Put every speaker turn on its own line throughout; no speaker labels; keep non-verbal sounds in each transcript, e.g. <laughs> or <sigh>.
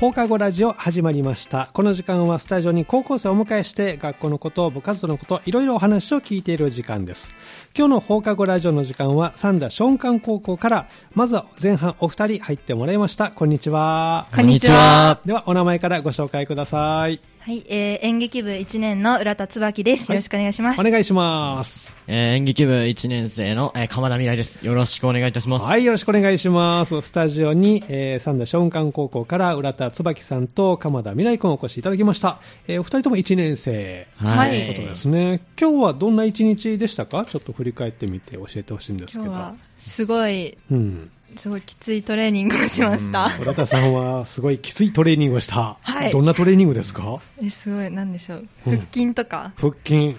放課後ラジオ始まりました。この時間はスタジオに高校生をお迎えして、学校のこと、部活動のこと、いろいろお話を聞いている時間です。今日の放課後ラジオの時間は、三田松漢高校から、まずは前半お二人入ってもらいました。こんにちは。
こんにちは。
では、お名前からご紹介ください。
はい、えー、演劇部1年の浦田椿です。よろしくお願いします。
お願いします。
えー演劇部1年生の、えー鎌田未来です。よろしくお願いいたします。
はい、よろしくお願いします。スタジオに、えー、三田松漢高校から、浦田椿さんと鎌田未来君をお越しいただきました。えーお二人とも1年生。
は
はい
い。
という
そうですね。今日はどんな一日でしたかちょっと振り返ってみて教えてほしいんですけ
今
ど。
日は、すごい、
うん。
すごいきついトレーニングをし <laughs> ました。
小田さんはすごいきついトレーニングをした。
はい
どんなトレーニングですか
え、すごい、なんでしょう。
うん
腹筋とか、
腹筋、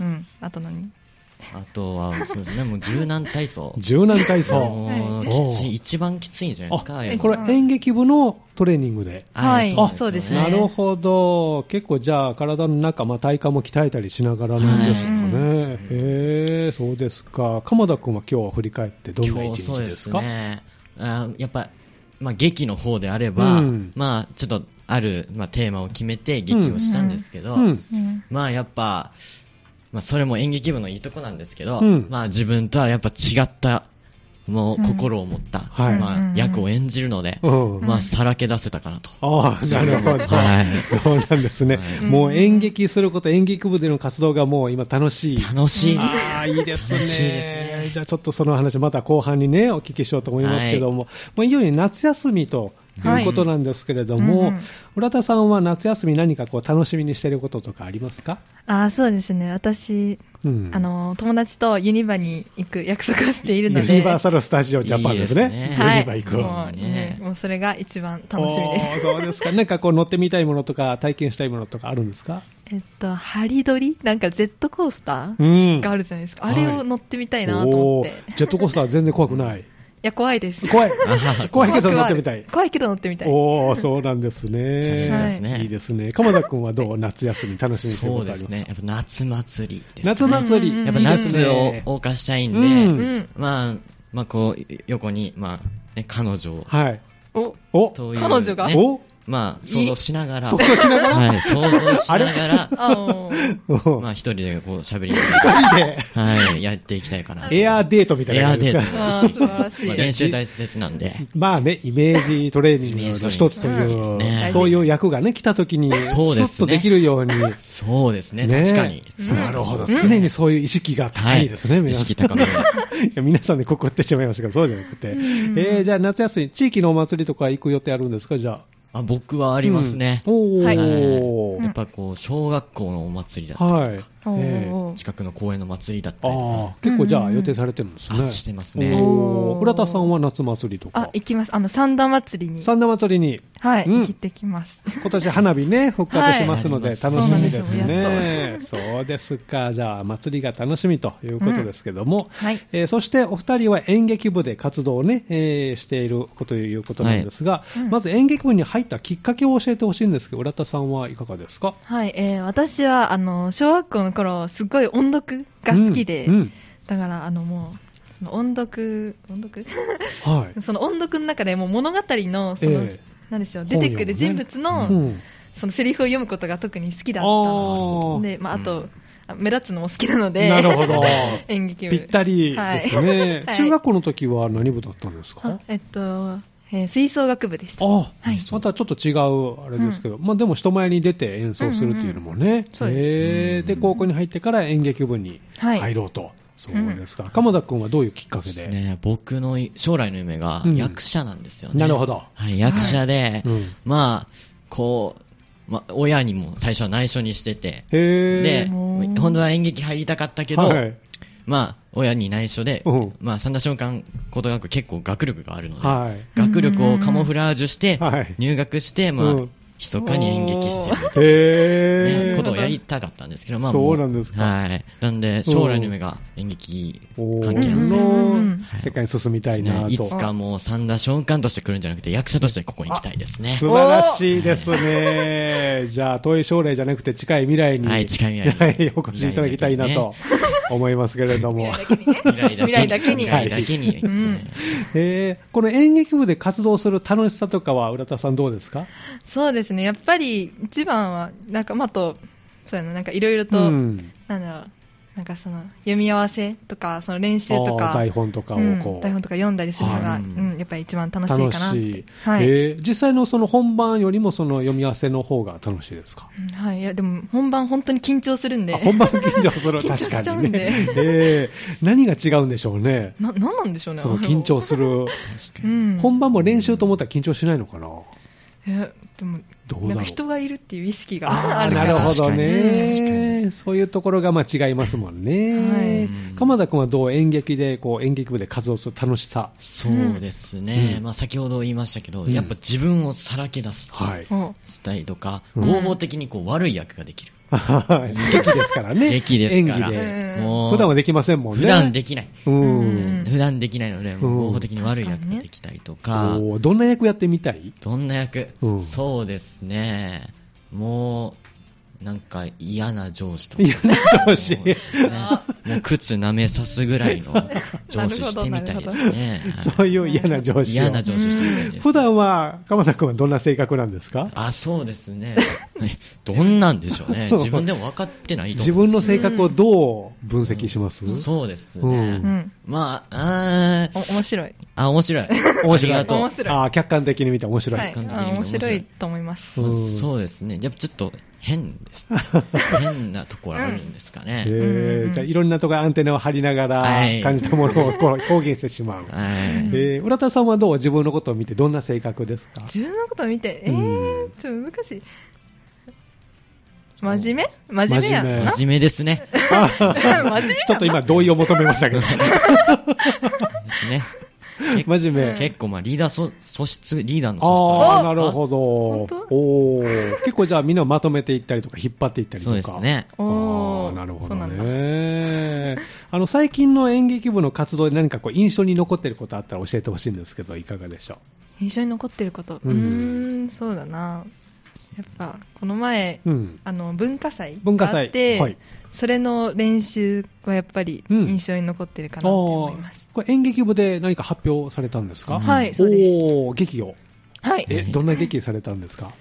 うん、あと何
あと
<laughs>
は、そうですね、もう柔軟体操。
<laughs> 柔軟体
<laughs>
操。
も
は
う
い
きつい一番きついんじゃないですか。
あ
やっ、ぱ
これ演劇部のトレーニングで。
はい
あ
そうですね
なるほど。結構じゃあ体の中、まあ、体幹も鍛えたりしながらなんですかね。へえ、そうですか。鎌田君は今日は振り返ってどんな
今日
一
そ
日
う
で
ですす
か
ね。あやっぱ、まあ、劇の方であれば、
うん
まあ、ちょっとある、まあ、テーマを決めて劇をしたんですけど、
うん。
うん。
まあやっぱ、まあ、それも演劇部のいいとこなんですけど、
うん
まあ自分とはやっぱ違った、もう
うん
心を持った、
はい
まあ役を演じるので、
うん
まあさらけ出せたかなと。
ああ、なるほど。
はい
そうなんですね。
はい
もう演劇すること、演劇部での活動がもう今楽しい。
楽しいです。
ああ、いいですね。
楽しいですね
じゃあちょっとその話また後半にね、お聞きしようと思いますけども、もういよいよ夏休みということなんですけれども、
はいうんうん
浦田さんは夏休み何かこう楽しみにしてることとかありますか、
あー、そうですね。私、
うん
あ、の、友達とユニバに行く約束をしてい
ユ
るので。
ニバーサル・スタジオ・ジャパンですね。
いいですね
ユ
は
ニバ
い。
行く。
もう、ね、もうそれが一番楽しみです。
おーそうですか。なんかこう乗ってみたいものとか体験したいものとかあるんですか
えっと、ハリドリなんかジェットコースター、
ん
があるじゃないですか。
は
あ
い
れを乗ってみたいなと思って。
おージェットコースター全然怖く
<laughs>
ない。
いや、怖いです。
怖い
あ。
怖いけど乗ってみたい。
怖いけど乗ってみたい。
おー、そうなんです
チャレンジャーで
ね
す。ね。
いいですね。鎌田君はどう夏休み楽しみにしてる
そ
こ
う
とあ
で
りますす
ね。やっぱ夏祭りです、ね。
夏祭り。
うん
やっぱ
いいです
夏を
ね
謳歌したいんで、
うん
うん。
まあ、まあこう、横に、まあ、ね、彼女を、
はい。
お、
お、
という、ね、
彼女が
お、
まあ、想像しながら、
そこしながら、
はい、想像しなが
<laughs>
ら、
あの、
うん
<laughs> まあ、一人でこう喋りなが
二人で
ら、はい、やっていきたいかな。
エアーデートみたい
エ
な
ア
感
ー
じで
デ
すか。
ー
あー素晴ら
ト。まあ
しい。
練習大切なんで。
まあね、イメージトレーニングの一つと
イメ
い
ー
ジト
う
レーニングです、ね
そういう役がね、来た時に、
そう
ス
で
ッ
す
と
ね
できるように。
そうですね、
ね
確かに。
なるほど。常にそういう意識が高いですね、
はい、意
皆さん
識
<laughs>
高め。
いや皆さんでここってしまいましたけど、そうじゃなくて。えー、じゃあ夏休み、地域のお祭りとか行く予定あるんですかじゃあ。
あ、僕はありますね。
うんおー。
はい
はいやっぱこう、小学校のお祭りだった
はい。
おー
えー
おー
近くの公園の祭りだったりと
あ
か
あ、、結構じゃあ予定されてるんですね。
あしてますね
おー
おー
浦田さんは夏祭りと
あ
か、。
行きます。あの、三田祭りに。
三田祭りに、
はい、
うん
行って
<laughs>
きます。
今年花火ね、復活しますので、
はい
楽しみです
そうなん
ね。そうですか。じゃあ、祭りが楽しみということですけども、
はい。
えーそしてお二人は演劇部で活動をね、えーしていることということなんですが、
いうん
まず演劇部に入ったきっかけを教えてほしいんですけど、浦田さんはいかがですか
はい、えー、私は、あの、小学校の頃、すごい音読が好きで、
うんうん
だから、あの、もう、その音読、音読 <laughs>
は
その音読の中でもう物語の、その、
ええ
なんでしょう、出てくる人物
い。
の、
うん
そのセリフを読むことが特に好きだ
あ
ったの
ー
で、まあ、あ
う
と
ん、
あ目立つのも好きなので、
なるほど
<laughs> 演劇部。
ぴったりですね、
は
<laughs>
い
中学校の時は何部だったんですか、
あえっと、えー吹奏楽部でした。
ああ、
はい
またちょっと違うあれですけど、まあでも人前に出て演奏するっていうのもね、
そうです
へえで
うん
高校に入ってから演劇部に
はい
入ろうと、そうですか、鎌田君はどういうきっかけ
です
で、
ね、僕の将来の夢が
うん
役者なんですよね。
なるほど、
はい、役者で、
うん
まあ、こう、まあ、親にも最初は内緒にしてて、
へえ
で、
もう
本当は演劇入りたかったけど、
はい
まあ、親に内緒で
うん、
まあ、三田小館高等学校結構学力があるので、
はい
学力をカモフラージュして
はい、
入学して、まあ
うん、
密かに演劇してる、
へ
ね
え
ことをやりたかったんですけど、まあ、
そう
も
なんですか
はい。なんで、将来の夢が演劇
お
関係
な
の
ん
で
だ
の世界に進みた
す
いな
ね、
と、
いつかもう三田小館として来るんじゃなくて、役者としてここに来たいですね。
素晴らしいですね。じゃあ、遠い将来じゃなくて近い未来に。
はい近い未来
は
に
いお越しいただきたいなと。思いますけれど
<laughs>
も。
だけにね。未来だけに
未来だけに。
はいうん
えーこの演劇部で活動する楽しさとかは、浦田さんどうですか
そうですね。やっぱり一番は仲間と、そうやな、なんかいろいろと、
ん、
なんだろう、なんかその読み合わせとか、その練習と
あー
か、
台本とかをこう、
うん台本とか読んだりするのが、
はい
うん、やっぱり一番楽しいかな
楽
って。
しい、
はい、
えー実際のその本番よりもその読み合わせの方が楽しいですか、
うんはい。いや、でも本番本当に緊張するんで。
あ本番緊張
<laughs>
する
緊張
確
しちゃ
か
う
に
んで
ね、えー何が違うんでしょうね
な、なんなんでしょうね。
その緊張する、
確か
う
に。
ん。
本番も練習と思ったら緊張しないのかな
え、でも、
どうだ
なん
ろ
か
う
人がいるっていう意識が
あ
あ
あ
るか
な
ら。
るほど
うん
確か
ね、そういうところがまあ違いますもんね、
はい
鎌田君はどう演劇でこう演劇部で活動する楽し
<laughs>
さ、
そうですね、
うん
まあ、先ほど言いましたけど、
うん
やっぱ自分をさらけ出す、
はい、
お
したりとか、
うん
合法的にこう悪い役ができる、
劇ですからね、
劇ですから、
演技で、
うん
もう
普段はできませんもんね。
普段できない、
うん
うん
普段できないので、もう合法的に悪い役ができたりとか、
おーどんな役やってみたい
どんな役、
うん
そうですね、もうなんか嫌な上司とか
い。や、上司。
もうねもう靴舐めさすぐらいの上司してみたいですね。
そういう嫌な上司を。
嫌な上司してみたいです。
普段は、鎌田君はどんな性格なんですか
あ、そうですね。はいどんなんでしょうね。自分でも分かってないと
自
思うん
分
で
の
す
性格をどう分析しま
け
す
ど。そうです
う
ね。
ん。
まあ、あ
お
ー
面白い。
あ、面白い。
面白い。
ありがとう
面。白い
あー客観的に見て面白い。
はい。あ
感じ的に面
面
白い
白いと思います。
うん
そうですね。やっぱちょっと変です。変なところあるんですか
へ
ね。
うんう
ー
ん
じゃあ、いろんなところアンテナを張りながら
はい、
感じたものを
<laughs>
こう表現してしまう。
はい。
えー浦田さんはどう自分のことを見てどんな性格ですか
自分のことを見て、え
うん
ー、ちょっと難しい。真面目真面目や
真面
な。
真面目ですね。
<laughs> 真面目や
ちょっと今同意を求めまし
<laughs>
たけど。
ね。
真面目。
結構まあリーダー素素質、リーダーの素質
ああ、
お
なるほど。
本当
おー結構じゃあみんなをまとめていったりとか、引っ張っていったりと
そ
か。
うです。ね。
あ
お
あ、
ー
なるほ
そ
ど
うなんだ
ね。あの、最近の演劇部の活動で何かこう、印象に残ってることあったら教えてほしいんですけど、いかがでしょ
印象に残ってること。
う
うんーん、そうだな。やっぱ、この前、
う。うん。
あの、文化祭
文化
があ
祭。
って、
はい。
それの練習はやっぱり
うん
印象に残ってるかな
ああ
と思います。
ー、これ演劇部で何か発表されたんですか
ー
は
うん
い、そうです。
おー劇を。
はい。
え、どんな劇されたんですか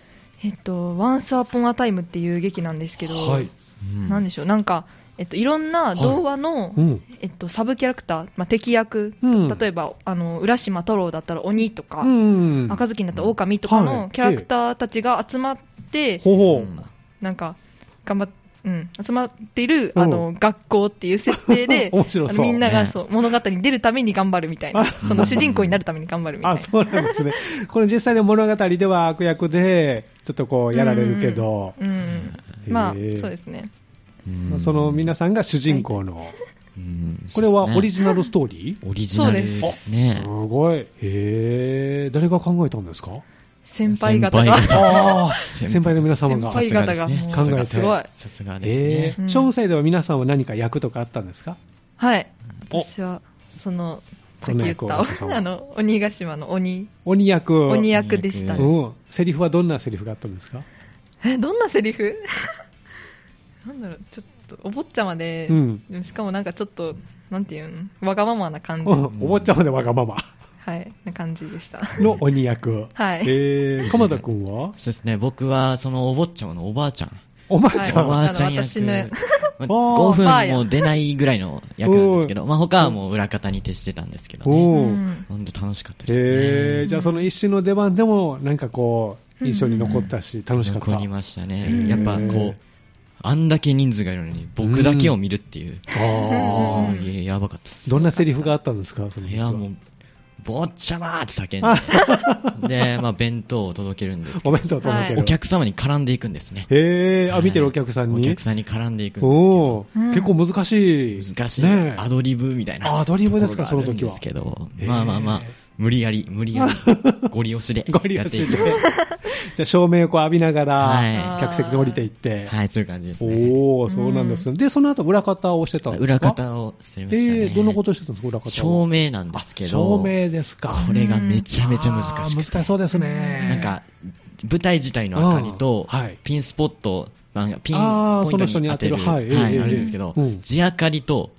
えっと、Once Upon a Time っていう劇なんですけど、
はい。
うん
なんでしょう、なんか、えっと、いろんな童話の、
うん。
えっと、サブキャラクター、まあ、敵役、
うん
例えばあの浦島太郎だったら鬼とか、
うん。
赤ずきんだったら狼とか
はい
のキャラクターたちが集まって、
ほうほ
うん
う。
なんか頑張っうん、集まっている
うん
あの学校っていう設定で、
<laughs> 面白
あ
そう
のみんなが
ね
そう物語に出るために頑張るみたいな、その主人公になるために頑張るみたい
あ、
な、
そうなんですね。これ実際の物語では悪役で、ちょっとこうやられるけど、
うんうん、まあ
へえ
そうですね、
うん
その皆さんが主人公の、
うん
これはオリ
ジ
ジナルストーリー
オリジナルで
そうです
ね
す。ごい。へー誰が考えたんですか
先輩方
先
が、
輩
あ
先輩
先輩の皆様
先
が。
輩方が、
さす
考
がですね
もう
えて
すごい、
さすがで
え
す
ー
ね。
うん
小祭では皆さんは何か役とかあったんですか
はい、
お
私はその
こ
さっ
ん
き
な
言っ
役を
た
渡さんは
<laughs> あの鬼ヶ島の鬼
鬼役。
鬼役でした、
役
うん。セリフはどんなセリフがあったんですか
えどんなセリフ <laughs> なんだろうちょっとお坊ちゃまで、
うん。
でもしかもなんかちょっとなんていうのわがままな感じ、
うんお坊ちゃまでわがまま
はいな感じでした
の鬼役。
はい
えー鎌田くんは
そうですね、僕はそのお坊ちゃまのおばあちゃん。
おばあちゃん
おば
は。
あちゃん
あの私
役。
の
まあ
<laughs> おー
5分も出ないぐらいの役なんですけど、まあ他はもう裏方に徹してたんですけどね。
おー
うん
ほんと楽しかったです
へ
ね。
ーじゃあその一瞬の出番でも、なんかこう、印象に残ったし、楽しかった。
残りました
うん
ね。やっぱこう、あんだけ人数がいるのに僕だけを見るっていう。
あ
あ
ー
あ、いや、やばかったです。
どんなセリフがあったんですかその
いや、もう、坊ちゃまーって叫んで。で、まあ弁当を届けるんですけ
お
ど、
弁当届ける。
お客様に絡んでいくんですね。
へーあ、
はい
見てるお客さんに。
お客さんに絡んでいくんですけど
おー
うん
結構難しい。
難しい、
ねえ
アドリブみたいな
アドリブですか
ところがあるん
その時は
ですけど、
えー
まあまあまあ無理やり無理やりゴリ押しで
<laughs> ゴリ
やっ
押
て
し
いき
で
まし。
じゃあ照明をこう浴びながら
は、い
客席に降りていって
た。はいそういう感じですね
おおそうなんですね。で、その後裏方をしてたんですか
裏方をしてましたね、
えーどんなことしてたんですか裏方は
照明なんですけど
照明ですか。
これがめちゃめちゃ難しくて
あー難しそうですね。
なんか舞台自体の明かりと
あーはい
ピンスポット、まあピン
あー
ポイ
そ
ント
の人に
に
当
当
てる
てる、
はい
はい
ええ
あるんですけど、
うん
地明かりと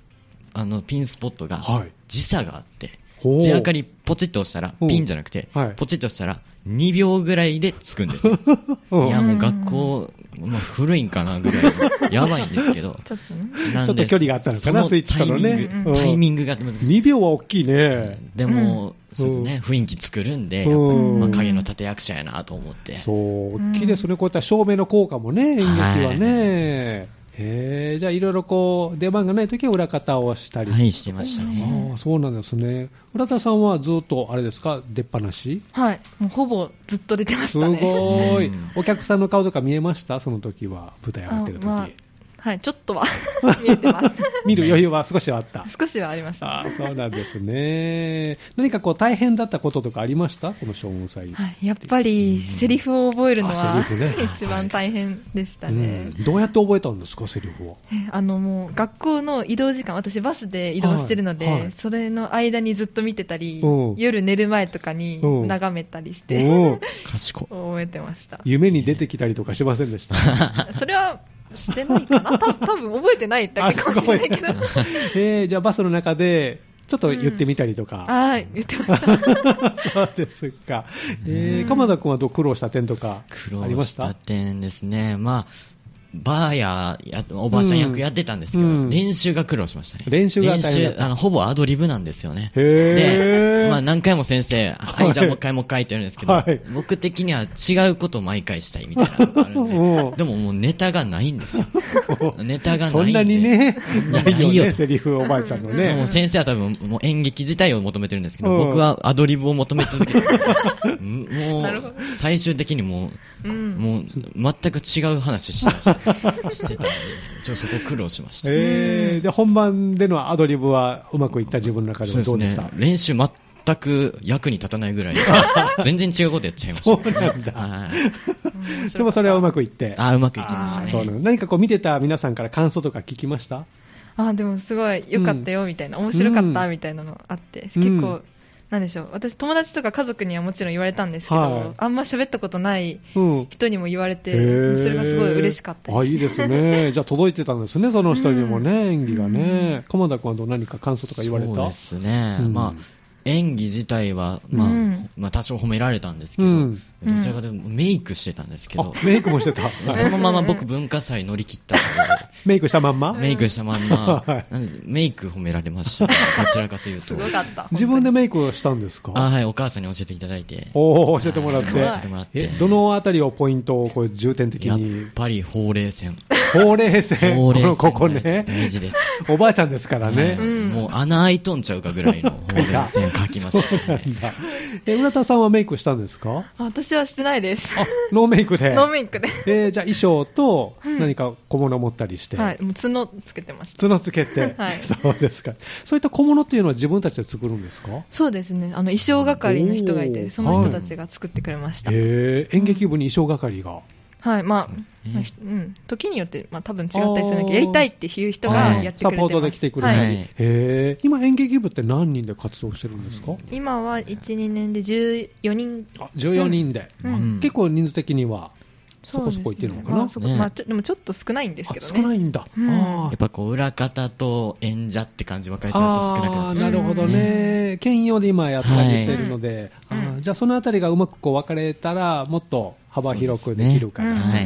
あのピンスポットが
はい
時差があって、
ほう
地明かりポチッと押したら、
うん
ピンじゃなくて、
はい
ポチッと押したら2秒ぐらいでつくんですよ。
<laughs> うん
いやもう学校、まあ、古いんかなぐらいの、やばいんですけど。
ちょっとね。
な
<laughs>
んで
ちょっと距離があったのかな
そ
スイッチとのね
タイミング
うん
タイミングが難しい。
2秒は大きいね。
でも、
ん
そうですね、雰囲気作るんで、やっぱ
うん
まあ、影の立役者やなと思って。
そう、大きいですね、こういった照明の効果もね、演劇はね。へえ、じゃあ、いろいろこう、出番がないときは裏方をしたり。
はい、してましたね。
ああそうなんですね。浦田さんはずっと、あれですか、出っ放し
はい。もうほぼずっと出てまし
す
た
ご
ね。
ーい
うん。
お客さんの顔とか見えましたその時は、舞台上がってる時、
あまあはい。ちょっとは <laughs> 見えてます。
見る余裕は少しはあった。
少しはありました。は
ああそうなんですね。何かこう、大変だったこととかありましたこの将軍祭。
い。やっぱり、セリフを覚えるの
あ
は
セリフね
<laughs> 一番大変でした
う
ね。
んどうやって覚えたんですか、セリフを。
えあのもう学校の移動時間、私、バスで移動してるので、
はいはい
それの間にずっと見てたり
うん、
夜寝る前とかに
うん
眺めたりし
う
て、
ん
賢い。
覚えてました。
夢に出てきたりとかしませんでした。
それはしてないかな、た多分覚えてないだけかもしれないけど、
えー、じゃあバスの中で、ちょっと言ってみたりとか。
<laughs> はい、言って
<laughs>
ました。
そうですか。えー、鎌田君はどう苦労した点とか
苦労
ありまし
した
た
点ですね。まあ、バーややおばあちゃん役やってたんですけど、
うん
練習が苦労しましたね。
練習が大変だった
練習あの、ほぼアドリブなんですよね。
へー
で、まあ何回も先生、はい、
はい
じゃあもう一回もう一回ってやるんですけど、
はい
僕的には違うことを毎回したいみたいなのがあるん
<laughs> うん
で、でももうネタがない
<laughs>
んですよ。ネタがな
そ
いんで。
んなにね、ない
ない
よね、
よ
セリフおばあちゃんの
も
ね
う。先生は多分もう演劇自体を求めてるんですけど、
うん
僕はアドリブを求め続けてる
<laughs>
ん
なる
も
ほ
う、最終的にも
う
う、
ん、
もう、全く違う話してま
<laughs>
した。してたんで、ちょっとそこ苦労しました。
えー、で、本番でのアドリブはうまくいった自分の中で
そ
も
うで
ど
す
うでした
ね。練習全く役に立たない
<laughs>
ぐらい、全然違うことやっちゃいました。
そうなんだ
はい
でもそれはうまくいって。
あーうまくいきました
あー
ね
そうなの何かこう見てた皆さんから感想とか聞きました
あでもすごい良かったよみたいな、面白かったみたいなのあって、
うん
結
うん
構、なんでしょう、私、友達とか家族にはもちろん言われたんですけど、
はい
あんま喋ったことない
うん。
人にも言われて、
へー
それがすごい嬉しかった
あ、
です。
いいです
<laughs>
ね。じゃあ届いてたんですね、その人にもね、演技がね。鎌田君はどう何か感想とか言われた
そうですね。
うん
まあ、演技自体は、まあ、
うん
まあ多少褒められたんですけど、
うん
どちらかというとメイクしてたんですけど、
あ、メイクもしてた。
そのまま僕文化祭乗り切ったの
<laughs> メイクしたまんま
で、メイクしたま
<laughs>
ん
は
ま
い、
なんでメイク褒められましたね。どちらかというと
すご。かった。
自分でメイクをしたんですか
あはい、お母さんに教えていただいて。
おお教えてもらって。
教えてもらって
え、どのあたりをポイントをこう重点的
やっ
に。
ぱりほうれい線。
ほうれい線。
ほうれい線。
ここね。
大事です。
おばあちゃんですからね。
は
う
い
ん
もう穴開いとんちゃうかぐら
<laughs>
いのほうれい線描きましたね。
え、浦田さんはメイクしたんですか
あ私はしてないです。
あ、ノーメイクで。
ノーメイクで。
えーじゃあ衣装と
うん
何か小物持ったりして。
はい、もう角つけてました。
角つけて、
<laughs> はい
そうですか。そういった小物っていうのは自分たちで作るんですか
そうですね、あの衣装係の人がい
おー
て、その人たちが作ってくれました。はい、
へえ、演劇部に衣装係が。
まあ、
ね
まあひうん、時によって、まあ多分違ったりするんだけど、やりたいっていう人がやってくれてます。
サポートで来てくれたり。
はい
はい
へえ、今演劇部って何人で活動してるんですか、
今は1、2年で14人、
あ ?14 人で、
うん
うん
結構人数的には、そこそこいってるのかな、
まあそこ
ね
まあちょでもちょっと少ないんです
あ
けどね。
少ないんだ。
うん
あ
やっ
ー
ぱこう、裏方と演者って感じ分かれちゃうと少なくなっ
あ
て
ー
しま
な
う。
るほどね、兼用で今やったりしてるので、
はい
あー
うん
じゃあそのあたりがうまくこう分かれたら、もっと幅広くできるか
う
ら、
ん
はい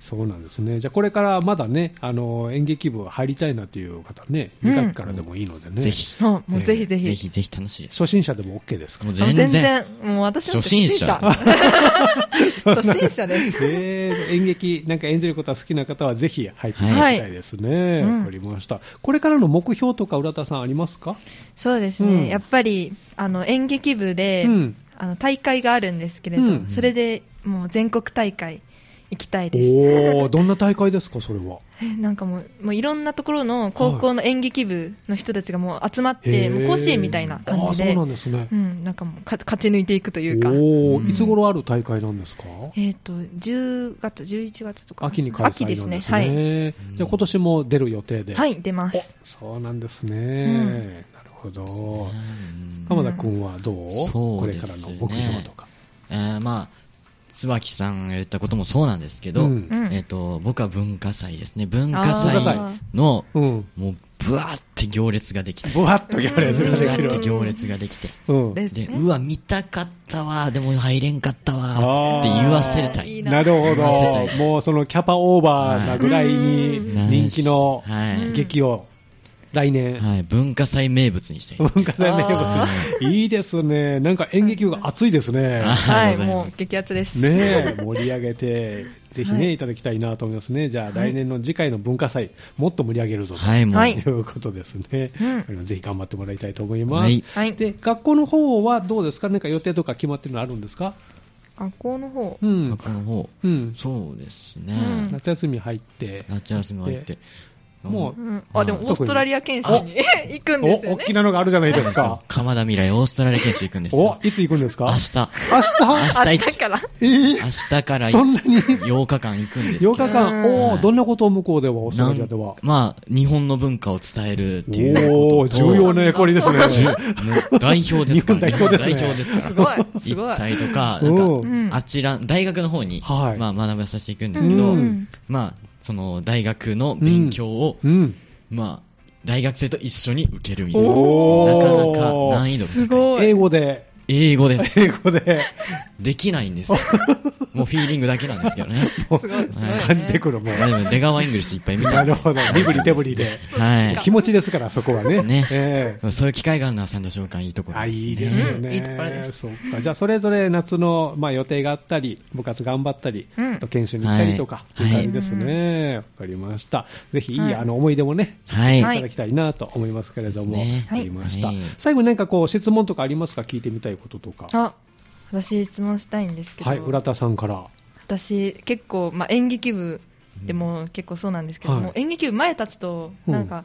そうなんですね。じゃあこれからまだね、あの演劇部入りたいなという方ね、2学期からでもいいのでね、
ぜひ。
うんうんもうぜひぜひ。
ぜひぜひ楽しいです。
初心者でも OK ですか
もう
あ
全
全
然。
然、もう私なんて
初心者
<laughs> 初心者 <laughs> 初心者です。
えー演劇、なんか演じることが好きな方はぜひ入っていただきたいですね。
はい
わ、かりました。これからの目標とか、浦田さんありますか
そうですね、
うん
やっぱりあの演劇部で、
うん
あの大会があるんですけれど、
うん
それでもう全国大会行きたいです。
おー、どんな大会ですか、それは。
えなんかもう、もういろんなところの高校の演劇部の人たちがもう集まって、
へー
もう甲子園みたいな感じ
あー
で、
そうなんですね。
うん、なんかもうか勝ち抜いていくというか、
おー
うん
いつ頃ある大会なんですか
えっ、と、10月、11月とか、
秋に開催なんですね。
秋ですね、はい。
じゃあ今年も出る予定で。
はい、出ます。
おそうなんですね。な
ん
るほど。
うん
鎌田君はどう、
そ
こ
う
れ
で
から
す
の
ね
目標とか。
えーまあ、椿さんが言ったこともそうなんですけど、
うん
うん
えっ、と、僕は文化祭ですね。文
あー
化祭の、
うん。
もう、ぶわーって行列ができて、
ぼわっと行列ができ
ぶわー
る
って。行列ができて、
うん。
です
で、
ね。
うわ、見たかったわ、でも入れんかった
あー
わ、って言わせた
いい
い。
なるほ
言わせたい
ど
で。す
もうそのキャパオーバーなぐらいに
はい
人気の
はい
劇を来年、
はい、文化祭名物にしたい。
文化祭名
あ
物に。いいですね。なんか演劇部が熱いですね。
あ
は
りがとうご
い、
ざい
も
ま
う
す
激アツです。
ねえ、盛り上げて、ぜひ
は
ね、
い
いただきたいなと思いますね。じゃあ、来年の次回の文化祭、もっと盛り上げるぞと。
はい、もう、
はい
ということですね、
う
ぜひ頑張ってもらいたいと思います、
はい
はい。
で学校の方はどうですか、なんか予定とか決まってるのあるんですか、
学校の方
う。ん
学校の方、
うん、
そうですね。
うん
夏休み入って、
夏休み終わって。
もう
うんあ、でも
特に
オーストラリア研修に <laughs> 行くん
お
ですよ
大
ね。
きなのがあるじゃないです
そう
か、
鎌田未来オーストラリア研修行くんです
お
よ。
いつ行くんですか、
明
明
日。
日、
明
明
日
日から。
え
明日から
ー、そんなに
8日間行くんですけ
8
ど。
日間、お
は
ー
い
どんなことを向こうでは、オーストラリアで
な
は
ん。まあ、日本の文化を伝えるってい
お
うこ
お
とと。
重要な役割ですね。 <laughs>
ね代表ですから。
日本代表ですね
日本代表ですか
す
<laughs>
ご
ら。
い、すご
行
い
っ。たりとか、な
うんん
か、
うん
あちら、大学の方に、
はい
まあ、学ばさせていくんで
う
すけど、
ん
まあ、その、大学の勉強を、
うん、
まあ、大学生と一緒に受けるみたいな。な
お
かなか難易度が
す
高い。
ご
英
い。
語で、
英語です。
英語で、
できないんですよ。もうフィーリングだけなんです
<laughs>
けどね。
すごい、すごいね。
感じてくる、もう。
まあでも出川イングリッシュいっぱい見た
なん
で
るほど、身振り手振りで。
は
気持ちですから、そこはね。
ですね
ええ
い。そういう機会があるのは三田商館いいところ
あ
です、ね。
いいですよ
う
ね、
んいいところです
そっかじゃあ、それぞれ夏の、まあ、予定があったり、部活頑張ったり、
うん
あと研修に行ったりとか、
はい
い、い感じですね、わ、かりました、ぜひいい、あの思い出もね、
はい。
いただきたいなと思いますけれども、
そうですね
わかりました、
はい
最後になんかこう、質問とかありますか、聞いてみたいこととか、
あ、私質問したいんですけど。
はい、浦田さんから、
私結構、まあ、演劇部でも結構そうなんですけど、
はい
もう演劇部前立つと
うん
なんか、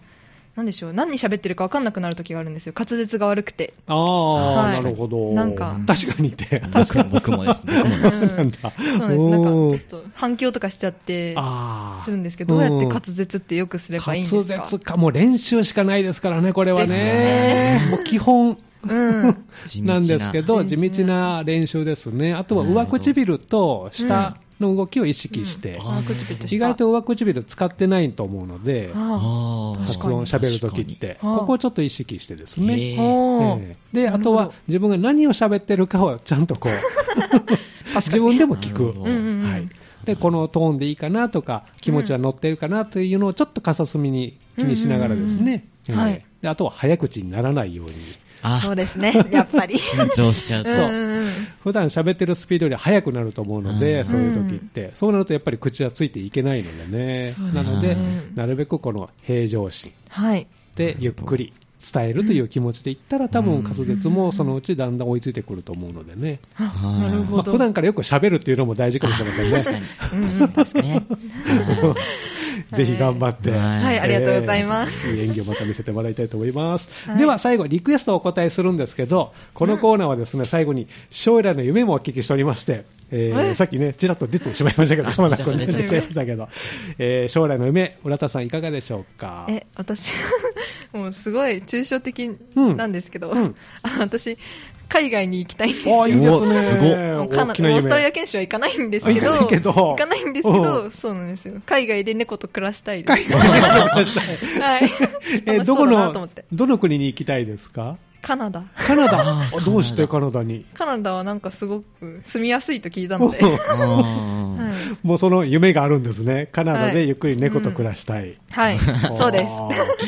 なんでしょう何喋ってるか分かんなくなる時があるんですよ滑舌が悪くて、
ああ、
はい
なるほど、
なんか
確かにって、
僕も僕もです。僕も
う
で
ん
す。
そう
な
なんん
<laughs> だ、
ですなんかちょっと反響とかしちゃって
ああ
するんですけどどうやって滑舌ってよくすればいいんですか
滑舌か、もう練習しかないですからね、これはね、
ですね
もう基本
うん、
地道
なんですけど、地
地
道
道
な
な
練習ですね、あとは上唇と下の動きを意識して、
うん
あー口ピッとした
意外と上唇使ってないと思うので、
あ
あー
発音、喋るときって、
確かに
ここをちょっと意識してです
へ
ね。
ー
おー
ええで、あとは自分が何を喋ってるかをちゃんとこう、
<laughs>
<laughs> 自分でも聞
なる
く
ほ。
うんうんうん
はい、でこのトーンでいいかなとか、気持ちは乗ってるかなというのをちょっとかさすみに気にしながらですね、
うんうんうんう
え
ん
え
はい
であとは早口にならないように、
そ
あ
う、ですねやっ
<laughs>
ぱり
緊張しちゃう
う
と。
ん
そう
うんうん
普段喋ってるスピードより速くなると思うので、
うん
そういう時って、そうなるとやっぱり口はついていけないのでね、
そうです
な
ね
ので
うん、
なるべくこの平常心
はい
でゆっくり。伝えるという気持ちでいったら、多分滑舌もそのうちだんだん追いついてくると思うのでね、
あなる
ま
ほ
あ、
ど、
普段からよく喋るっていうのも大事かもしれませんね。
確かに。確かにですね。
<laughs> ぜひ頑張って。
はい
はいありがとうございます、
えーいい演技をまた見せてもらいたいと思います。
はい
では最後、リクエストをお答えするんですけど、このコーナーはですね、最後に将来の夢もお聞きしておりまして、えー
え
さっきね、ちらっと出てしまいましたけど、浜田君ね
出ちゃった
出ちゃいましたけど、えー将来の夢、浦田さんいかがでしょう
<laughs>
か
え私もうすごい抽象的なんですけど、
うんうん
あの私海外に行きたいんです
お
よ
ーいいですね。
もうカナ
大きな夢
オーストラリア研修は行かないんですけど、
行かないけど
行かないんですけ
う
ど、
ん
そうなんですよ。海外で猫と暮らしたいです。はい。
<laughs> えーどこ
楽しそうだなと思
の
って、
どの国に行きたいですか
カナダ。
カナダ
あー
どうしてカ
カ
ナダに
カナダはなんかすごく住みやすいと聞いたので。
お
は
あー
い。
<laughs> もうその夢があるんですね。カナダでゆっくり猫と暮らしたい。
はい。そうで す。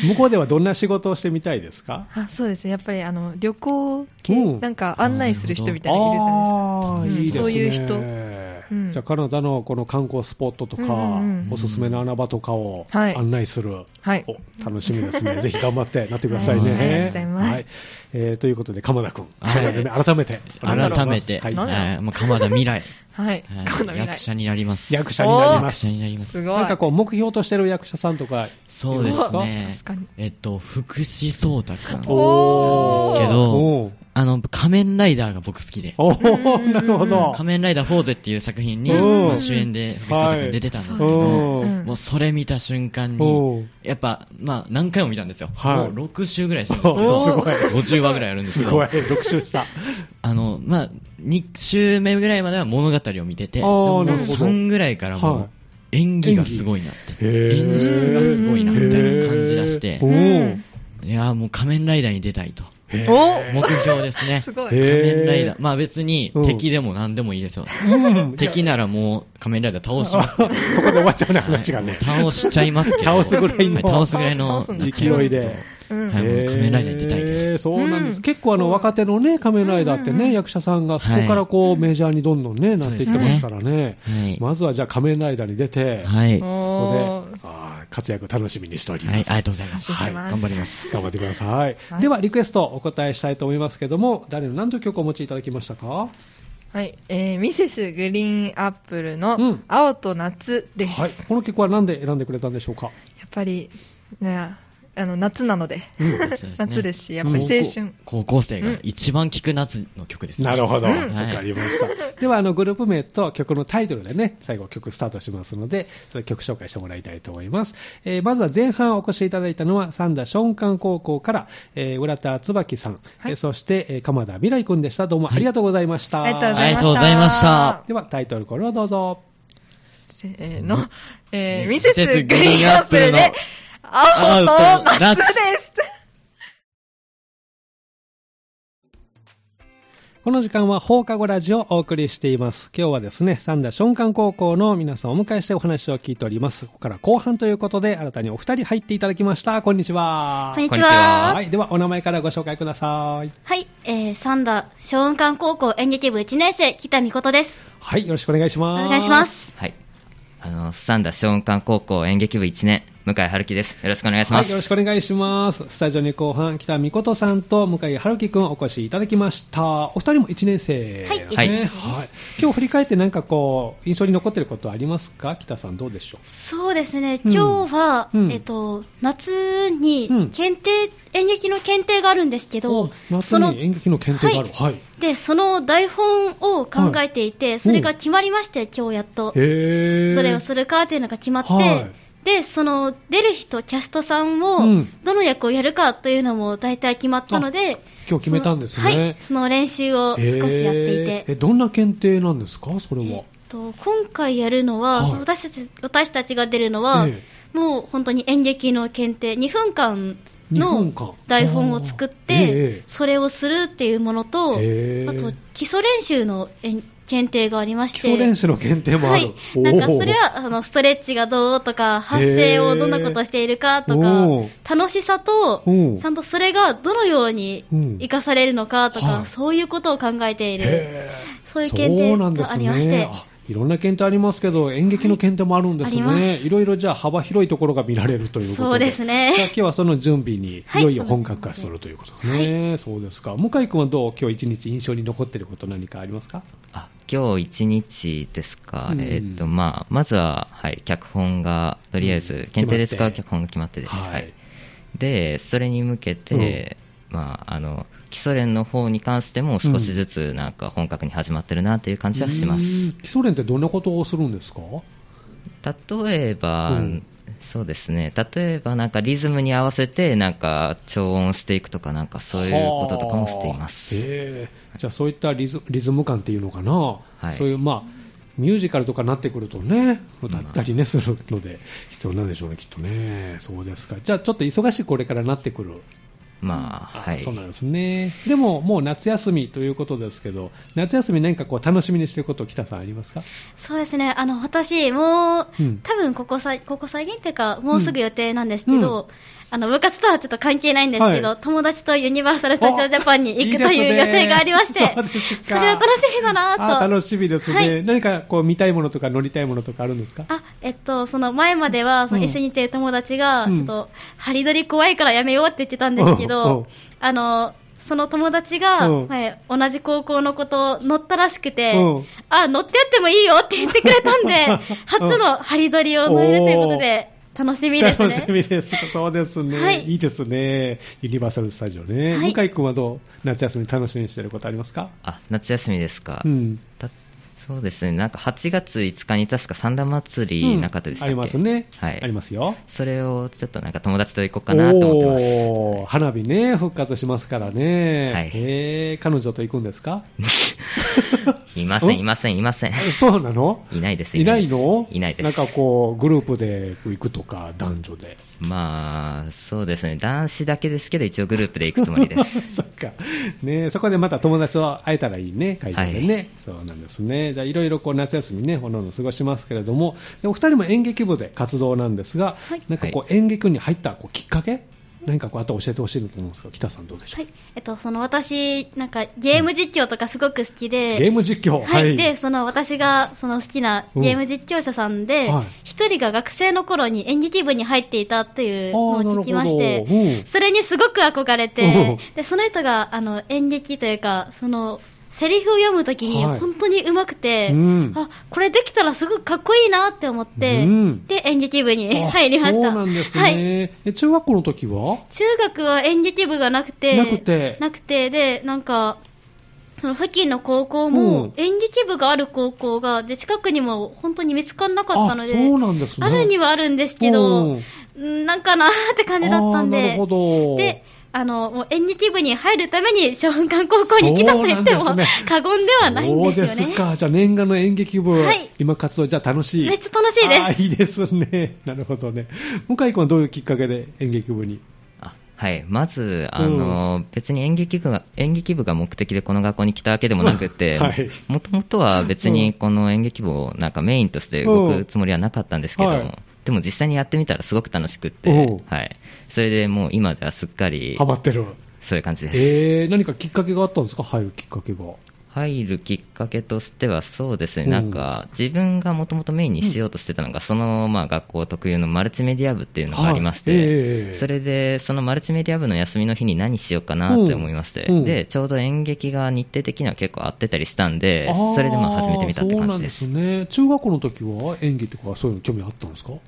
<laughs> す。向こうではどんな仕事をしてみたいですか
あそうですね。やっぱりあの旅行
うん
系、なんか案内する人みたいなのいるじゃないです
あ
か。
あー、
うん
いいですね。
そう
いう人うん
じゃあ、カナダのこの観光スポットとか
うんうんう、ん
おすすめの穴場とかを
はい
案内する。
はい。
お楽しみです
<laughs>
ね。ぜひ頑張ってなってください
はいあ
ね。
りがとうございます
はいえーということで、鎌田君、
はい
将来の夢改めてお願いします。
改めて、
は
はいい、
なんだ
まあ鎌田未来、
はい
は。い
カナダ未
役
来。
者になります。
役者になりま
役
す
者。になります。
すごい。
なんかこう、目標としてる役者さんとか、
そうですね
確かに。
えっと、福士蒼太くん。
お
おー
ですけど
おー
あの、仮面ライダーが僕好きで。
おー、なるほど。
仮面ライダーフォーゼっていう作品に、
うん
まあ主演で福士蒼太くん出てたんですけ
お
ど、
ー
うん
もうそれ見た瞬間
お
に、
ー
やっぱ、まあ何回も見たんですよ。
はい
もう6週ぐらいしてるんです
<laughs>
け
おー
ど、
すごい。
50話ぐらいあるんです
す
け
ごい、
ど、
6周した。
あの、まあ、 2週目ぐらいまでは物語を見てて、
あー
なるほ
ど
3ぐらいからも
は
う演技がすごいなって。
へー
演出がすごいな、みたいな感じがして
お。ー
いやーもう仮面ライダーに出たいと。
へー
お
目標ですね。
すごい
仮面ライダー。まあ別に
うん
敵でも何でもいいですよ。
うん
敵ならもう仮面ライダー倒します。
<laughs> そこで終わっちゃうね、話がね。
はいもう倒しちゃいますけど。
倒すぐらいの
は倒すぐらいの
倒すんだ
なっちゃいますけど
勢いで
うん
はいもう仮面ライダーに出たいです
へーそうなんです。
うん
結構あの、若手のね、仮面ライダーって
うんうんう
ね、
ん
役者さんがそこからこう、メジャーにどんどんね、なっていってますからね。
はい。
まずはじゃあ仮面ライダーに出て、
はい。はい。
そこ
お
で
ー、
あー活躍楽しみにしており
あり
ます。
がとうございます。
は
はいい。頑張ります。
頑張ってください。
はい
では、リクエストお答えしたいと思いますけども、誰の何という曲をお持ちいただきましたか
はい、えー、ミセスグリーンアップル
う
の
ん
青と夏です。
はい。この曲は何で選んでくれたんでしょうか
やっぱり、ね、あの夏なので、
そうですね
夏ですし、やっぱり青春。
高校生が一番聴く夏の曲ですね。
<laughs> なるほど。わ
うん
かりました。では、あの、グループ名と曲のタイトルでね、最後曲スタートしますので、それ曲紹介してもらいたいと思います。えーまずは前半お越しいただいたのは、三田ションカン高校から、えー浦田椿さん、
はい
えーそして、えー鎌田未来くんでした。どうもありがとうございました。
ありがとうご
す
ざいました。
あ
では、タイトルコールをどうぞ。
せーの、えー、
ミ
ミ
セ
セ
ス
ス
グ
グ
リ
リ
ー
ー
ン
ン
ア
ア
ッ
ッ
プ
プ
ル
ル
の
で、青と夏です。
この時間は放課後ラジオをお送りしています。今日はですね、三田松漢高校の皆さんをお迎えしてお話を聞いております。ここから後半ということで、新たにお二人入っていただきました。こんにちは。
こんに
こん
ち
にちは
は。
はい、ではお名前からご紹介ください。
はい、えー、三田、小雲館高校演劇部1年生、北美琴です。
はい、よろしくお願いし
お
ます。
願いしま。す。
はい。あの、三田松雲館高校演劇部1年、向井春樹です。よろしくお願いしま
はい、
す。
よろしくお願いします。スタジオに後半、北美琴さんと向井春樹くんお越しいただきました。お二人も1年生ですね。
はい
はい
はい今日振り返ってなんかこう、印象に残ってることありますか北さんどうでしょ
そうですね、
うん
今日は、
うん
えっと、夏に
うん
検定、演劇の検定があるんですけ
う
ど、
夏
その
に演劇の検定がある。はい。
で、その台本を考えていて、それが決まりまして、今日やっと、
へー。
どれをするかっていうのが決まって、
はい
で、その出る人、キャストさん
う
を
ん、
どの役をやるかというのも大体決まったので、
今日決めたんですね。
そのはい、その練習を少しやっていて。
えーえどんな検定なんですかそれ
えっ
は。
と今回やるのは、
はい
その私たち私たちが出るのは、
え
もう本当に演劇の検定2分間
え2分
の
間
台本を作っ
あーえ
て、
え
それをするっていうものと、
へー
あと基礎練習の演検定がありまして
基礎練習の検定もあ
は
る。
い、なんか
おー
それはあのストレッチがどうとか発声をどんなことをしているかとか
おー
楽しさと
おー
ちゃんとそれがどのように
うん
活かされるのかとか、
はい
そういうことを考えている
へー
そういう検定
そうなんです
がありまして、
ねあいろんな検定ありますけど、演劇の検定もあるんですね。
はいありま
い、ろいろじゃあ幅広いところが見られるということで。
そうですね
じゃあ今日はその準備に、い
はい
よいよ本格化するということですね。そうですか。向井君はどう今日一日印象に残っていること何かありますか
あ今日1日ですか、
うん
えーっと、まあ、まずは、はい、脚本が、とりあえ
うん
ず、検定で使
決まっ
う
て
脚本が決まってです。はい。で、それに向けて、まあ、あの、基礎練の方に関しても少しずつ、なんか本格に始まってるなという感じはしま
うん
す。
基礎練ってどんなことをするんですか
例えば、
うん
そうですね、例えばなんかリズムに合わせて、なんか調音していくとか、なんかそういうこととかもしています。
はあへえじゃあそういったリズリズム感っていうのかな、
はい
そういうまあミュージカルとかになってくるとね、歌ったりね、するので、必要なんでしょうね、きっとね。そうですか。じゃあ、ちょっと忙しいこれからなってくる。
まあ、はい。
そうなんですね。でも、もう夏休みということですけど、夏休み何かこう、楽しみにしてること、北さんありますか
そうですね、あの私、もう、
うん
多分ここ最ここ最近っていうか、もうすぐ予定なんですけど、あの部活とはちょっと関係ないんですけど、
はい
友達とユニバーサル・スタジオ・ジャパンに行
いい
く
です
と
ね
いう予定がありまして、
そうですか
れは楽しみだなと。
あ楽しみですね。
はい
何かこう、見たいものとか乗りたいものとかあるんですか
あえっと、その前までは、その
うん
一緒にいてる友達が、
う
ち
ん
ょっと、ハリドリ怖いからやめようって言ってたんです
おうお
け
う
ど、あの、その友達
うん
が、前、同じ高校の子と乗ったらしくて
うん、、
あ、乗ってやってもいいよって言ってくれたんで
<laughs>
初のハリドリを乗れるということで、楽しみです
楽し
ね。
みです。そうですね。、
はいい
いですね。ユニバーサルスタジオね。
はい
向井君はどう夏休み楽しみにしてることありますか
あ、夏休みですか。
うん。
たそうですね、なんか8月5日に確か三田祭
う
り
ん
なかったでした
あ
っけ、
りますね。
はい
ありますよ。
それをちょっとなんか友達と行こうかなと思ってます。
おー花火ね、復活しますからね。
はい
へー彼女と行くんですか
いません、いません、いません。 <laughs>
そうなの
いないです、
いない
です
の
いないです。
なんかこう、グループで行くとか、男女で。
まあ、そうですね。男子だけですけど、一応グループで行くつもりで
<laughs>
す。
そっか。ねそこでまた友達と会えたらいいね、会場でね。
は
そうなんですね。じゃあ、いろいろこう、夏休みね、おのおの過ごしますけれども、でお二人も演劇部で活動なんですが、
はい
なんかこう、演劇部に入ったこうきっかけ、何かこう、あと教えてほしいなと思うんですが、北さんどうでしょう、
はい。えっと、その私、なんかゲーム実況とかすごく好きで、
ゲーム実況。
はい、で、その私がその好きなゲーム実況者さんで
はい、
一、人が学生の頃に演劇部に入っていたというのを
あー
聞きまし
なるほどう
て
ん、
それにすごく憧れ
うん
て、でその人があの演劇というか、そのセリフを読むときに
はい
本当に上手くて、
うん
あこれできたらすごくかっこいいなって思って、
うん
で演劇部に
あ
入りました。
そうなんですね。
はい
え中学校の時は
中学は演劇部がなくて、
なくて
なくてで、なんか、その付近の高校
う
も、
ん
演劇部がある高校が、で、近くにも本当に見つからなかったの
あ
で、
そうなんですね。
あるに
は
はあるんですけど、うんなんかなーって感じだったん
なる
で
ほ、ど。
で、あの、もう演劇部に入るために、小文館高校に来たと言っても、
そうなんですね
過言ではないんですよね。
そうですか。じゃあ念願の演劇部、
はい
今活動じゃあ楽しい。
めっちゃ楽しいです
あーいいですね。なるほどね。向井君はどういうきっかけで演劇部に
あはい、まず、あの、別に演劇部が、演劇部が目的でこの学校に来たわけでもなくて、
<laughs> はい
もともとは別
うん
にこの演劇部をなんかメインとして動
うん
くつもりはなかったんですけど、
はい
でも実際にやってみたらすごく楽しくっ
おう
て、はい。それでもう今ではすっかり
ハ、マってる
そういう感じです。
えー、何かきっかけがあったんですか入るきっかけが。
入るきっかけとしては、そうですね、
うん
なんか、自分がもともとメインにしようとしてたのが、その、まあ、学校特有のマルチメディア部っていうのがありまし
はいええええ
て、それで、そのマルチメディア部の休みの日に何しようかなって思いまして
うんうん、
で、ちょうど演劇が日程的には結構合ってたりしたんで
あー、
それでまあ、始めてみたって感じで
そ
す
う。なんですね。中学校の時は演技とかそういうの興味あったんですか
う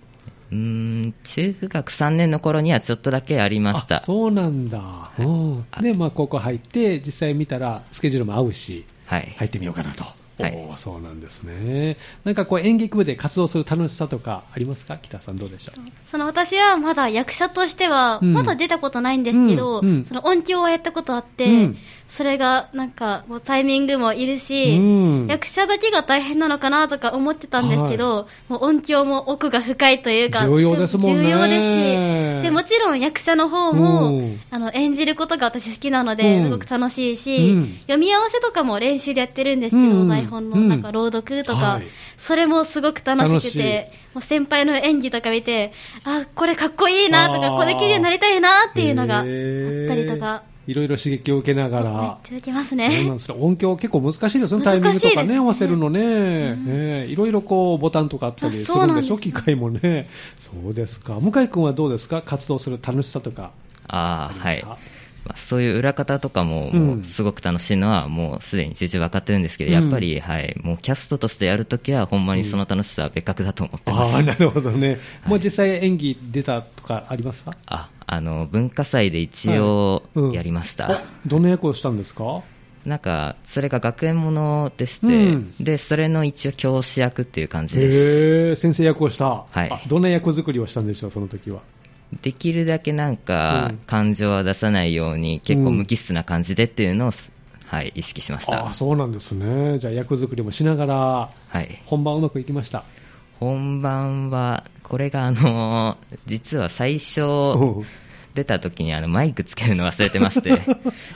ーん、中学3年の頃にはちょっとだけありまし
あ
た。
そうなんだ。うんで、まあ、高校入って、実際見たら、スケジュールも合うし、
はい。
入ってみようかなと。
はい
おーそうなんですね。なんかこう、演劇部で活動する楽しさとかありますか北さんどうでしょう
その私はまだ役者としては、
うん
まだ出たことないんですけど、
うんうん
その音響はやったことあって、
うん
それがなんかもうタイミングもいるし、
うん
役者だけが大変なのかなとか思ってたんですけど、もう音響も奥が深いというか、
重要ですもんね
重要ですし、でもちろん役者の方
う
も
ん
あの演じることが私好きなので、
うん
すごく楽しいし、
うん
読み合わせとかも練習でやってるんですけど、
うん
台本の
うん
なんか朗読とか、
はい
それもすごく楽しくて。
楽しい
もう先輩の演技とか見て、あ、これかっこいいなと
あ
か、
ー
これできるようになりたいなっていうのがあっ
へ
た
ー
りとか、
いろいろ刺激を受けなが
めっ
ら。
ちゃ受けます
そうな
ね
ん。ですよ音響結構難しいですよね、タイミングとか
難しいです
ね、
ね
合わせるのね、ええいろいろこうボタンとかあったりするんでしょ、
あそうなんです
機械もね、そうですか、向井君はどうですか、活動する楽しさとかあ
あ
り
あ、
ま
は
す
い
か、。
まあそういう裏方とかも、
うん
もうすごく楽しいのは、もうすでに重々分かってるんですけど、
うん
やっぱり、はい、もうキャストとしてやるときは、ほんまにその楽しさは別格だと思ってます。
ああ、なるほどね。もう実際演技出たとかありますか
あ、あの、文化祭で一応
はいうん
やりました。
あどの役をしたんですか
なんか、それが学園ものでして、
うん
で、それの一応教師役っていう感じです。
へえ、先生役をした。
はい
あどんな役作りをしたんでしょう、その時は。
できるだけなんか
うん、
感情は出さないように、結構無機質な感じでっていうのを、はい、意識しまし
あ
た
あ、。そうなんですね。じゃあ役作りもしながら、
はい。
本番うまくいきました。
本番は、これがあの <laughs> ー実は最初
うん <laughs>
出た時にあのマイクつけるの忘れてまして、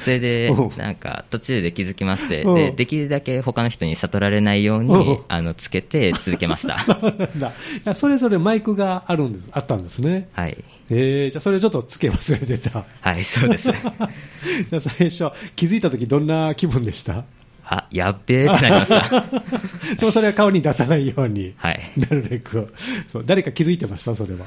それで
うん
なんか途中で気づきまして、
うん
でできるだけ他の人に悟られないよう
うん
にあのつけて続けました。
<laughs> そうなんだ。いやそれぞれマイクがあるんです、あったんですね。
はい。
えー、じゃあそれちょっとつけ忘れてた。
はい、そう
<laughs>
です。
じゃあ最初、気づいた時どんな気分でした
あ、やっべーってなりま
<laughs>
した。
でもそれは顔に出さないように。
はい。
なるべく。そう、誰か気づいてましたそれは。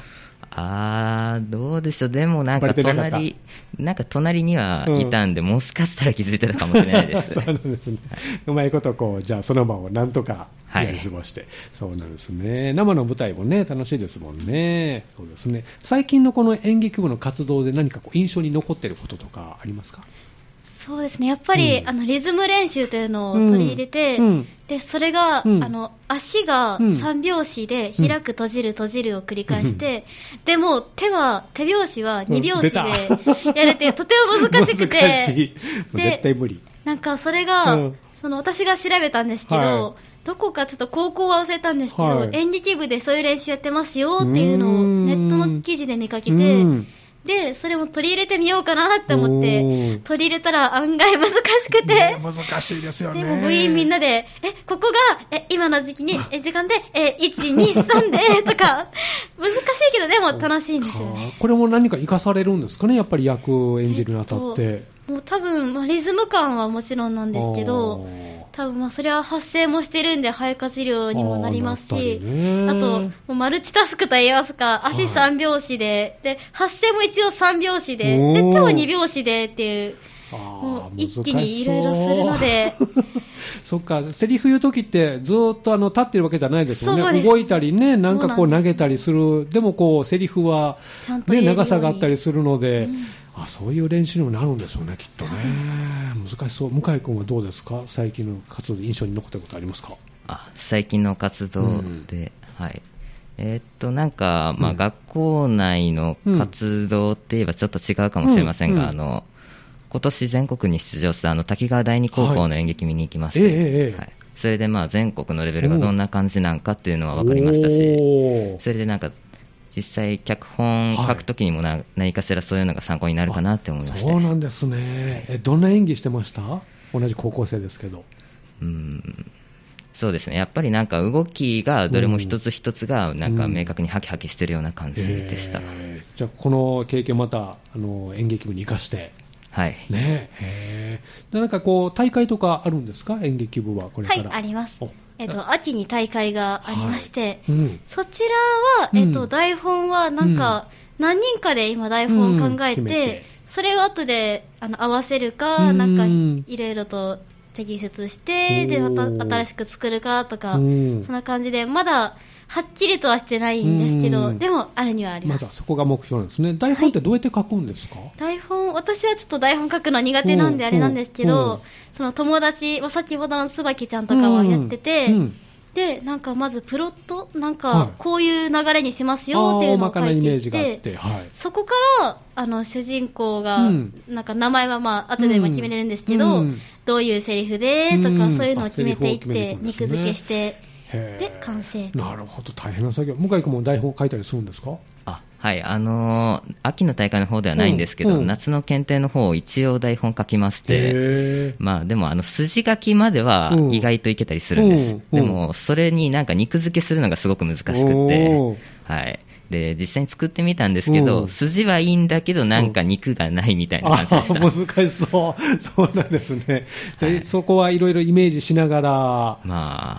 あー、どうでしょう。でもなん
バレ
か
てなかった
隣、なんか隣にはいたんで、もしかしたら気づいてたかもしれないで
<laughs>
す
そう。なんですね。うまいことこう、じゃあその場をなんとか
は
や
い
り過ごして、そうなんですね。生の舞台もね、楽しいですもんね。そうですね。最近のこの演劇部の活動で何かこう印象に残ってることとかありますか
そうですね、やっぱり、
うん
あのリズム練習というのを取り入れて、
うんうん
でそれが、
うん
あの足が
うん
3拍子で、
うん
開く、閉じる、閉じるを繰り返して、でも手は、手拍子は2
うん
拍
出
子でやれて、とても難しく
<laughs>
て。
難しい。もう
で
絶対無理。
なんかそれが、
うん
そその私が調べたんですけど、
は
どこかちょっと高校は忘れたんですけど、
はい
演劇部でそういう練習やってますよっていうのをネットの記事で見かけて、
うん
で、それも取り入れてみようかなって思っ
お
て
ー、
取り入れたら案外難しくて、
難しいですよね。
でも部員みんなで、え、ここが、え、今の時期に、え、時間で、え、1、2、3で、
<laughs>
とか、難しいけど、でも楽しいんですよね。
はあこれも何か生かされるんですかね、やっぱり役を演じるにあたって。
もう多分、まあ、リズム感はもちろんなんですけど、多分まあそれは発声もしてるんで、肺活量にもなります
あー
し
なったりね、
あと、もうマルチタスクと言いますか、足
はい
3拍子で、で、発声も一応3拍子で、
お
で、手
ー
は2拍子でっていう、
あー
もう
難しそ
一
う
気にいろいろするので、 <laughs>
そっか、セリフ言うときって、ずーっとあの立ってるわけじゃないですもん
そう
ね、
です
動いたりね、なんかこ
そううな
投
んです
げたりする、でもこう、セリフは
ちゃん、と言
ね、
えるように
長さがあったりするので、あ、そういう練習にもなるんでしょうね、きっとね、難しそう、向井君はどうですか、最近の活動で印象に残ったことありますか。
あ最近の活動で、はい。えーっと、なんか、まあ、
うん
学校内の活動って言えばちょっと違うかもしれません
う
が、
んうん
あの、今年全国に出場したあの滝川第二高校の演劇見に行きまして、
はいええええ
はいそれでまあ全国のレベルがどんな感じなんかっていうのは分かりましたし、
おー
それでなんか、実際脚本書くときにもな、何かしらそういうのが参考になるかなって思いまし
そう
て。
なんですね。え、どんな演技してました同じ高校生ですけど。
うんそうですねやっぱりなんか動きがどれも一つ一つがなんか明確にハキハキしてるような感じでした、
えーじゃあ、この経験また、あの、演劇部に生かして。
はい
ねえ。へーで、なんかこう、大会とかあるんですか演劇部は、これ
は
か
い
ら。、
あります
お。
えっと、秋に大会がありまして、
うん。
そちらは、えっと、
うん
台本はなんか、何人かで今台本を考えて、
うん決めて
それを後であの合わせる
う
か、
ん
なんかいろいろと適切して、で、
お
ま
ー
た新しく作るかと
う
か、そ
ん
んな感じで、まだはっきりとはしてないんですけ
う
ど、
ん
でもあるにはあり
ま
ま
ず
す。
はそこが目標なんですね。台本ってどうやって書くんですか、
台本、私はちょっと台本書くの苦手なんで
うん
あれなんですけ
うん
ど、その友達、まあ先ほどの椿ちゃんとかはやってて、
うんうん
で、なんかまずプロット、なん
はい
かこういう流れにしますよっていうの
あー大ま
を
か
書
なイ
い
メー
て
ジ
い、
があってて、はい。
そこから、あの、主人公が、
うん
なんか名前はまあ、後でまあ決めれるんですけど、
うん
どういうセリフで、とか、
うん
そういうのを決めていっ
あセリフを決めてい
て、
くんですね
肉付けして、
へー
で完成
なるほど、大変な作業。向井君も台本書いたりするんですか
あはいあのー秋の大会の方ではないんですけど、
うんうん
夏の検定の方を一応台本書きまして
へー
まあでもあの筋書きまでは
うん
意外といけたりするんです、
うん
でもそれになんか肉付けするのがすごく難しくて
おー
はいで実際に作ってみたんですけど、
うん
筋はいいんだけどなんか肉がないみたいな感じでした、
あー難しそう、そうなんですね、で
はい
そこはいろいろイメージしなが
ま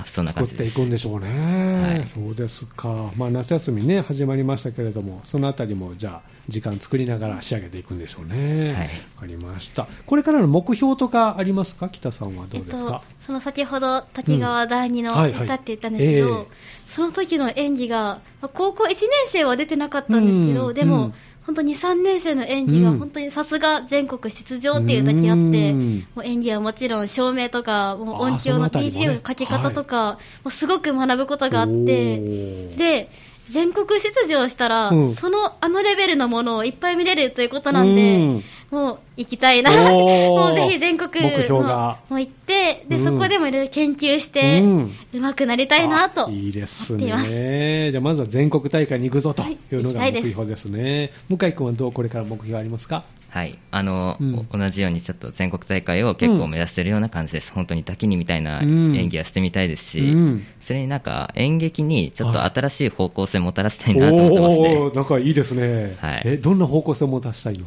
あそん
ら
な感
作っ
じ
て
で
い
す
くんでしょうね、
はい
そうですか、まあ、夏休みね、始まりましたけれども、そのあたりもじゃあ、時間作りながら仕上げていくんでしょうね、
はい
わかりました、これからの目標とかありますか、北さんはどうですか。
その先ほど滝川第二の
うんはいはい
歌って言ったんですけど、
ええ
その時の演技が、まあ高校1年生は出てなかったんですけど、
うん
でも、
うん
本当に3年生の演技が
うん
本当にさすが全国出場っていうだけあ
う
って、
ん
もう演技はもちろん照明とか、もう
あー
音響
その
の
あたりもね
BGM の書き方とか、もうすごく学ぶことがあって、
おー
で、全国出場したら、
うん
そのあのレベルのものをいっぱい見れるということなんで、
うん
もう行きたいな、
おー
<laughs> もうぜひ全国
目標が
もう行って、で、
うん
そこでもいろいろ研究して、
う
うんまくなりたいなと
あいいです
思っています
ね。じゃあ、まずは全国大会に行くぞというのが
はい行き
目
たいです
標ですね。向井君はどうこれから目標ありますか
はい、あの、
うん
同じようにちょっと全国大会を結構目指してるような感じです、本当に抱きにみたいな
うん
演技はしてみたいですし、
うん
それになんか演劇にちょっと
はい
新しい方向性をもたらしたいなと思ってまして、
おーなんかいいですね、
はい
えどんな方向性を持たしたいの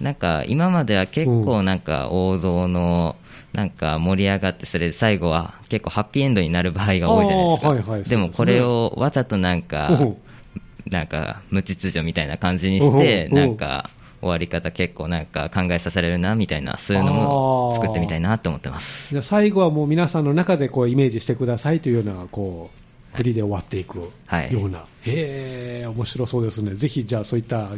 なんか今までは結
う
構なんか王道のなんか盛り上がって、それで最後は結構ハッピーエンドになる場合が多いじゃないですか、
あーはいはいそうですね
でもこれをわざとなんか
おう、
なんか無秩序みたいな感じにして、
おうおう
なんか終わり方結構なんか考えさせられるなみたいな、そういうのも作ってみたいなと思ってます。
じゃあ最後はもう皆さんの中でこうイメージしてくださいというようなこう振りで終わっていくよ
はいう
な、へえ面白そうですねぜひじゃあそういった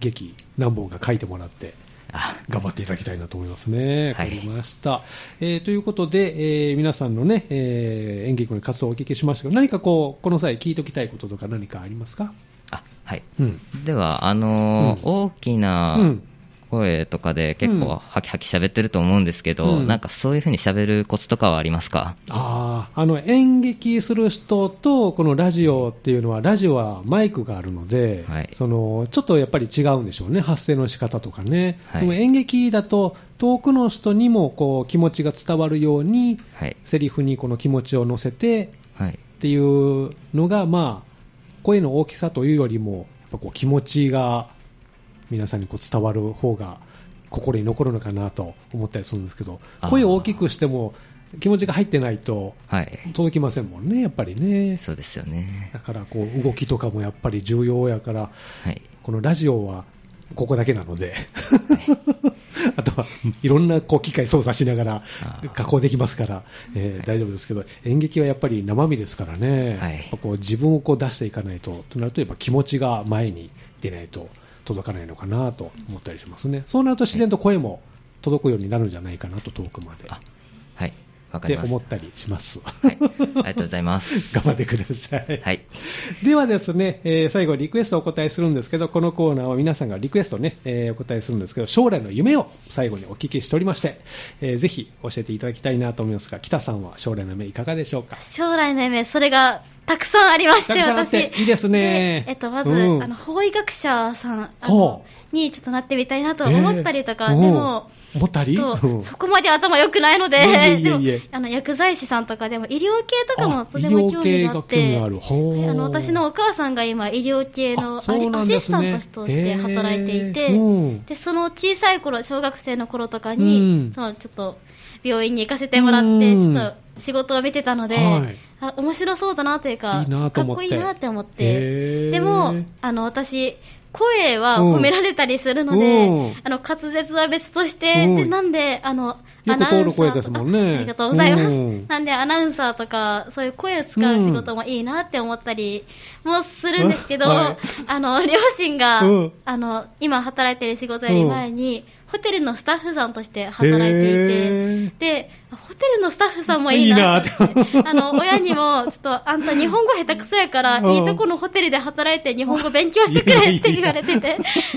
劇何本か書いてもらって
あ
頑張っていただきたいなと思いますね。わ
は
か
い
りました。えーということで、えー皆さんのね、えー演劇の活動をお聞きしましたけど、何かこう、この際聞いておきたいこととか何かありますか
あはい
うん。
では、あのー
うん
大きな、
うん
声とかで結
うん
構ハキハキ喋ってると思うんですけど、
うん
なんかそういう風に喋るコツとかはありますか
ああ、あの演劇する人とこのラジオっていうのは、ラジオはマイクがあるので、
はい
そのちょっとやっぱり違うんでしょうね、発声の仕方とかね、
はい
でも演劇だと、遠くの人にもこう気持ちが伝わるように、
はい。
セリフにこの気持ちを乗せて
はい。
っていうのが、まあ、声の大きさというよりも、やっぱこう気持ちが皆さんにこう伝わる方が心に残るのかなと思ったりするんですけど、
あー
声を大きくしても、気持ちが入ってないと
はい。
届きませんもんね、やっぱりね。
そうですよね。
だからこう動きとかもやっぱり重要やから、
はい。
このラジオはここだけなので、 <laughs> あとはいろんなこう機械操作しながら
あー
加工できますから、えー大丈夫ですけど、演劇はやっぱり生身ですからね、
はい
やっぱこう自分をこう出していかないと、となるとやっぱ気持ちが前に出ないと届かないのかなと思ったりしますね。そうなると自然と声も届くようになるんじゃないかなと遠くまで。
あ、はい。わ
っ
かり
て
まし。
思ったたりします。 <laughs>
はい。ありがとうございます。
頑張ってください。
はい。
<laughs> ではですね、えー最後リクエストをお答えするんですけど、このコーナーは皆さんがリクエストね、えーお答えするんですけど、将来の夢を最後にお聞きしておりまして、えーぜひ教えていただきたいなと思いますが、北さんは将来の夢いかがでしょうか
将来の夢、それがたくさんありまして、
たくさんあっ
私。
ていいですね
でえっと、まず、
うん
あの、法医学者さんあ
ほ
のにちょっとなってみたいなと思ったりとか、
えー
でも、
うん思ったり
ちょっ
う
と
ん
そこまで頭良くないので、
いえいえいえ
でも
いえ
あの薬剤師さんとかでも医療系とかも
あ
とても興味
医療系
があ
が
っ
興味
て、
がある。ほ
で
う
あの私のお母さんが今、医療系の
あ
ア
そう
リ
な
ア
んで
シス
す
タ
ね
ントとして働いていて、
へーうん
でその小さい頃小学生の頃とか
うん
に、そのちょっと病院に行かせてもらっ
う
て、
ん
ちょっと仕事を見てたので、
はい
あ面白そうだなというか、
いいなと
か
思っ
っこ
て
いいなって思っ
へー
て、でもあの私、声は褒められたりするの
うんう
で
ん、
あの滑舌は別として、
うん
でなんであの
よ
ア
く
ナウ
通
ン
る
サ
声
ー
ですも
と
んね
あありがとうございます。
うん
なんでアナウンサーとか、そういう声を使う仕事もいいなって思ったりもするんですけど、
うんはい
あの、両親が、
うん
あの、今働いてる仕事より前に、ホテルのスタッフさんとして働いていて、
へー
で、ホテルのスタッフさんもいいなって思って
いいなって
あの、親にも、ちょっと、あんた日本語下手くそやから、
うん
いいとこのホテルで働いて日本語勉強してくれって言われてて、 <laughs>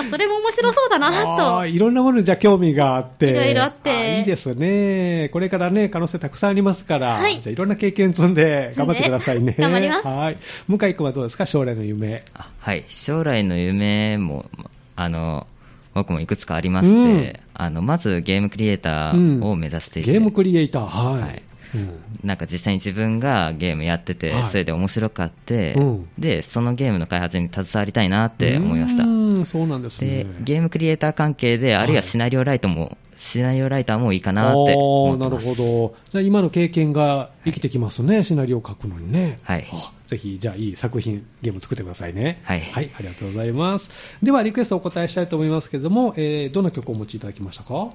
あそれも面白そうだな
あ
と
ーいろんなものにじゃあ興味があって。
いろいろあって
ーいいですね。これからね、可能性たくさんありますから。
はい
じゃあいろんな経験積んで
積
頑
んで
張ってくださいね。
頑張ります
はい。向井くんはどうですか将来の夢。
あはい、将来の夢も、まあの、僕もいくつかありまして、
うん
あの、まずゲームクリエイターを目指していて、
ゲームクリエイター。はい。
はい
うん
なんか実際に自分がゲームやってて、
はい
それで面白かって、
うん
で、そのゲームの開発に携わりたいなって思いました
う。ーん、そうなんですね。
で、ゲームクリエイター関係で、あるい
は
はいシナリオライターも、シナリオライターもいいかなって
お
思
ー
って
なる
ます。
ほど。じゃあ今の経験が生きてきますね。シナリオを書くのにね。
はい
あぜひ、じゃあいい作品、ゲーム作ってくださいね。
はい
はい、ありがとうございます。では、リクエストお答えしたいと思いますけれども、えーどんな曲をお持ちいただきましたか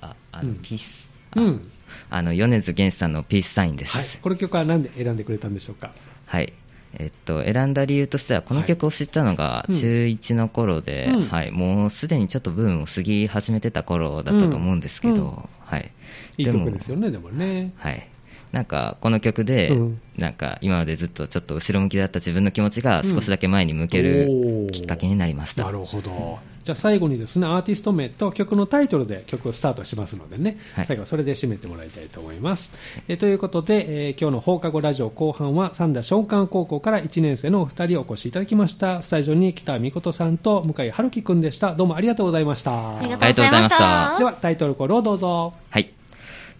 あ、あの、
うん
ピース。あ
うん。
あの、米津玄師さんのピースサインで
はい
す。。
この曲は何で選んでくれたんでしょうか
はい。えっと、選んだ理由としては、この曲を知ったのが
はい
中1の頃で、
うん
はい、もうすでにちょっとブームを過ぎ始めてた頃だったと思うんですけど、
うんうん
はい。
いい
も
曲ですよね、でもね。
はい。なんか、この曲で、
うん
なんか、今までずっとちょっと後ろ向きだった自分の気持ちが少しだけ前に向け
うんお
る
ー
きっかけになりました。
なるほど。じゃあ最後にですね、アーティスト名と曲のタイトルで曲をスタートしますのでね、
はい
最後はそれで締めてもらいたいと思います。えーということで、えー今日の放課後ラジオ後半は三田松漢高校から1年生のお二人をお越しいただきました。スタジオに北美琴さんと向井春樹くんでした。どうもありがとうございました。
ありがとうございまし
ありがとうございましたた
で。はタイトルコールをどうぞ。
はい。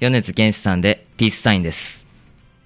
米津玄師さんで、ピースサインです。